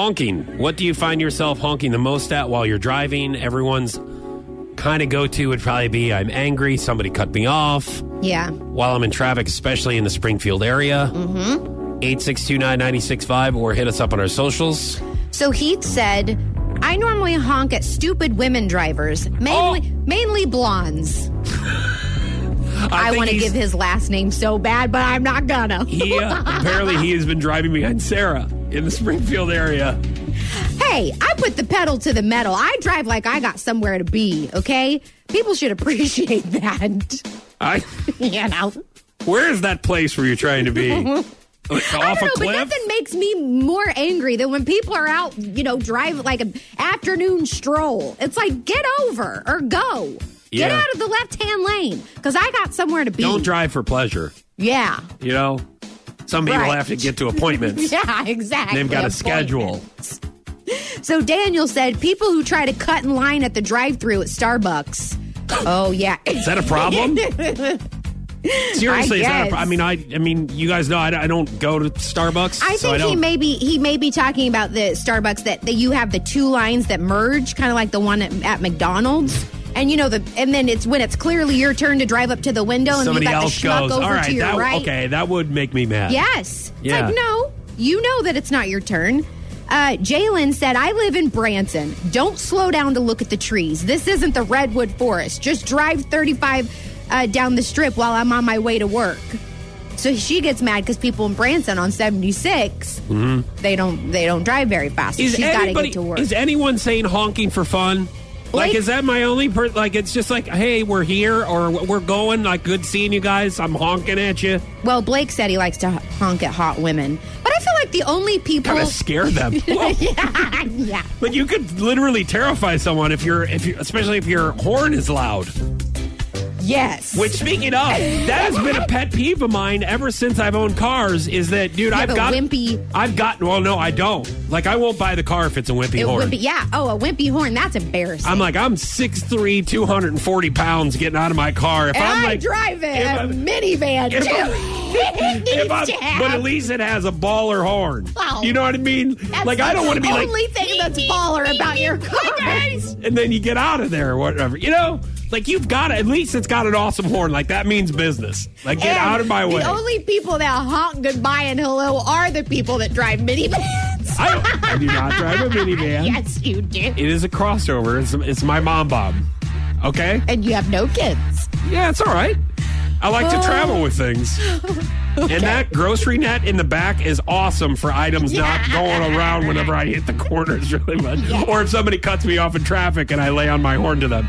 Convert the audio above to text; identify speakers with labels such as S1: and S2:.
S1: honking. What do you find yourself honking the most at while you're driving? Everyone's kind of go to would probably be I'm angry, somebody cut me off
S2: Yeah.
S1: while I'm in traffic, especially in the Springfield area. Mm-hmm. 862-9965 or hit us up on our socials.
S2: So Heath said, I normally honk at stupid women drivers, mainly
S1: Oh.
S2: mainly blondes. I,
S1: think
S2: want to
S1: he's-
S2: give his last name so bad, but I'm not gonna.
S1: He, uh, apparently, he has been driving behind Sarah in the Springfield area.
S2: Hey, I put the pedal to the metal. I drive like I got somewhere to be, okay? People should appreciate that.
S1: I,
S2: you know?
S1: where is that place where you're trying to be? Like,
S2: I
S1: off
S2: don't know,
S1: a
S2: but
S1: cliff?
S2: nothing makes me more angry than when people are out, you know, driving like an afternoon stroll. It's like, get over or go. Get
S1: Yeah.
S2: out of the left hand lane because I got somewhere to be.
S1: Don't drive for pleasure.
S2: Yeah.
S1: You know, some people
S2: Right.
S1: have to get to appointments.
S2: Yeah, exactly.
S1: They've got a
S2: Appointment.
S1: schedule.
S2: So Daniel said people who try to cut in line at the drive through at Starbucks. Oh, yeah.
S1: Is that a problem? Seriously, is that a
S2: guess.
S1: pro- I mean, I, I mean, you guys know I, I don't go to Starbucks.
S2: I
S1: so
S2: think he
S1: don't-
S2: may be he may be talking about the Starbucks that, that you have the two lines that merge, kind of like the one at, at McDonald's. And you know the and then it's when it's clearly your turn to drive up to the window and
S1: somebody
S2: you got
S1: else
S2: the schmuck
S1: goes.
S2: over
S1: All
S2: to
S1: right,
S2: your
S1: that
S2: right.
S1: okay, that would make me mad.
S2: Yes. It's
S1: Yeah.
S2: like no, you know that it's not your turn. Uh, Jalen said, "I live in Branson. Don't slow down to look at the trees. This isn't the redwood forest. Just drive 35 uh, down the strip while I'm on my way to work." So she gets mad because people in Branson on 76 they don't they don't drive very fast.
S1: Mm-hmm. Is
S2: She's got to
S1: anybody?
S2: get to work.
S1: Is e- anyone saying honking for fun? Like,
S2: Blake-
S1: is that my only per? Like, it's just like, hey, we're here or we're going. Like, good seeing you guys. I'm honking at you.
S2: well, Blake said he likes to honk at hot women, but I feel like the only people.
S1: Kind of scare them. Whoa.
S2: yeah.
S1: Like you could literally terrify someone if you're if you especially if your horn is loud.
S2: Yes.
S1: Which speaking of, that has been a pet peeve of mine ever since I've owned cars is that dude
S2: You
S1: I've
S2: have a
S1: got
S2: wimpy-
S1: I've got well no I don't. Like I won't buy the car if it's a wimpy
S2: It
S1: horn.
S2: would be, yeah. Oh, a wimpy horn. That's embarrassing.
S1: I'm like I'm 6'3", 240 pounds getting out of my car. If
S2: And
S1: I'm
S2: I
S1: like
S2: drive it,
S1: if
S2: a
S1: I'm-
S2: minivan
S1: if
S2: too. It needs
S1: if I'm-
S2: to have-
S1: but at least it has a baller horn.
S2: Wow.
S1: You know what I mean?
S2: That's
S1: like I don't want to be
S2: the
S1: like
S2: only thing that's baller about your car.
S1: and then you get out of there or whatever. You know, like you've got at least it's got an awesome horn. Like that means business. Like get
S2: And
S1: out of my way.
S2: The only people that honk goodbye and hello are the people that drive minivans.
S1: I, I do not drive a minivan.
S2: yes, you do.
S1: It is a crossover. It's, it's my mom bob. Okay.
S2: And you have no kids.
S1: Yeah, it's all right. I like to
S2: Oh.
S1: travel with things. And that grocery net in the back is awesome for items not
S2: Yeah.
S1: going around whenever I hit the corners really much. Or if somebody cuts me off in traffic and I lay on my horn to them.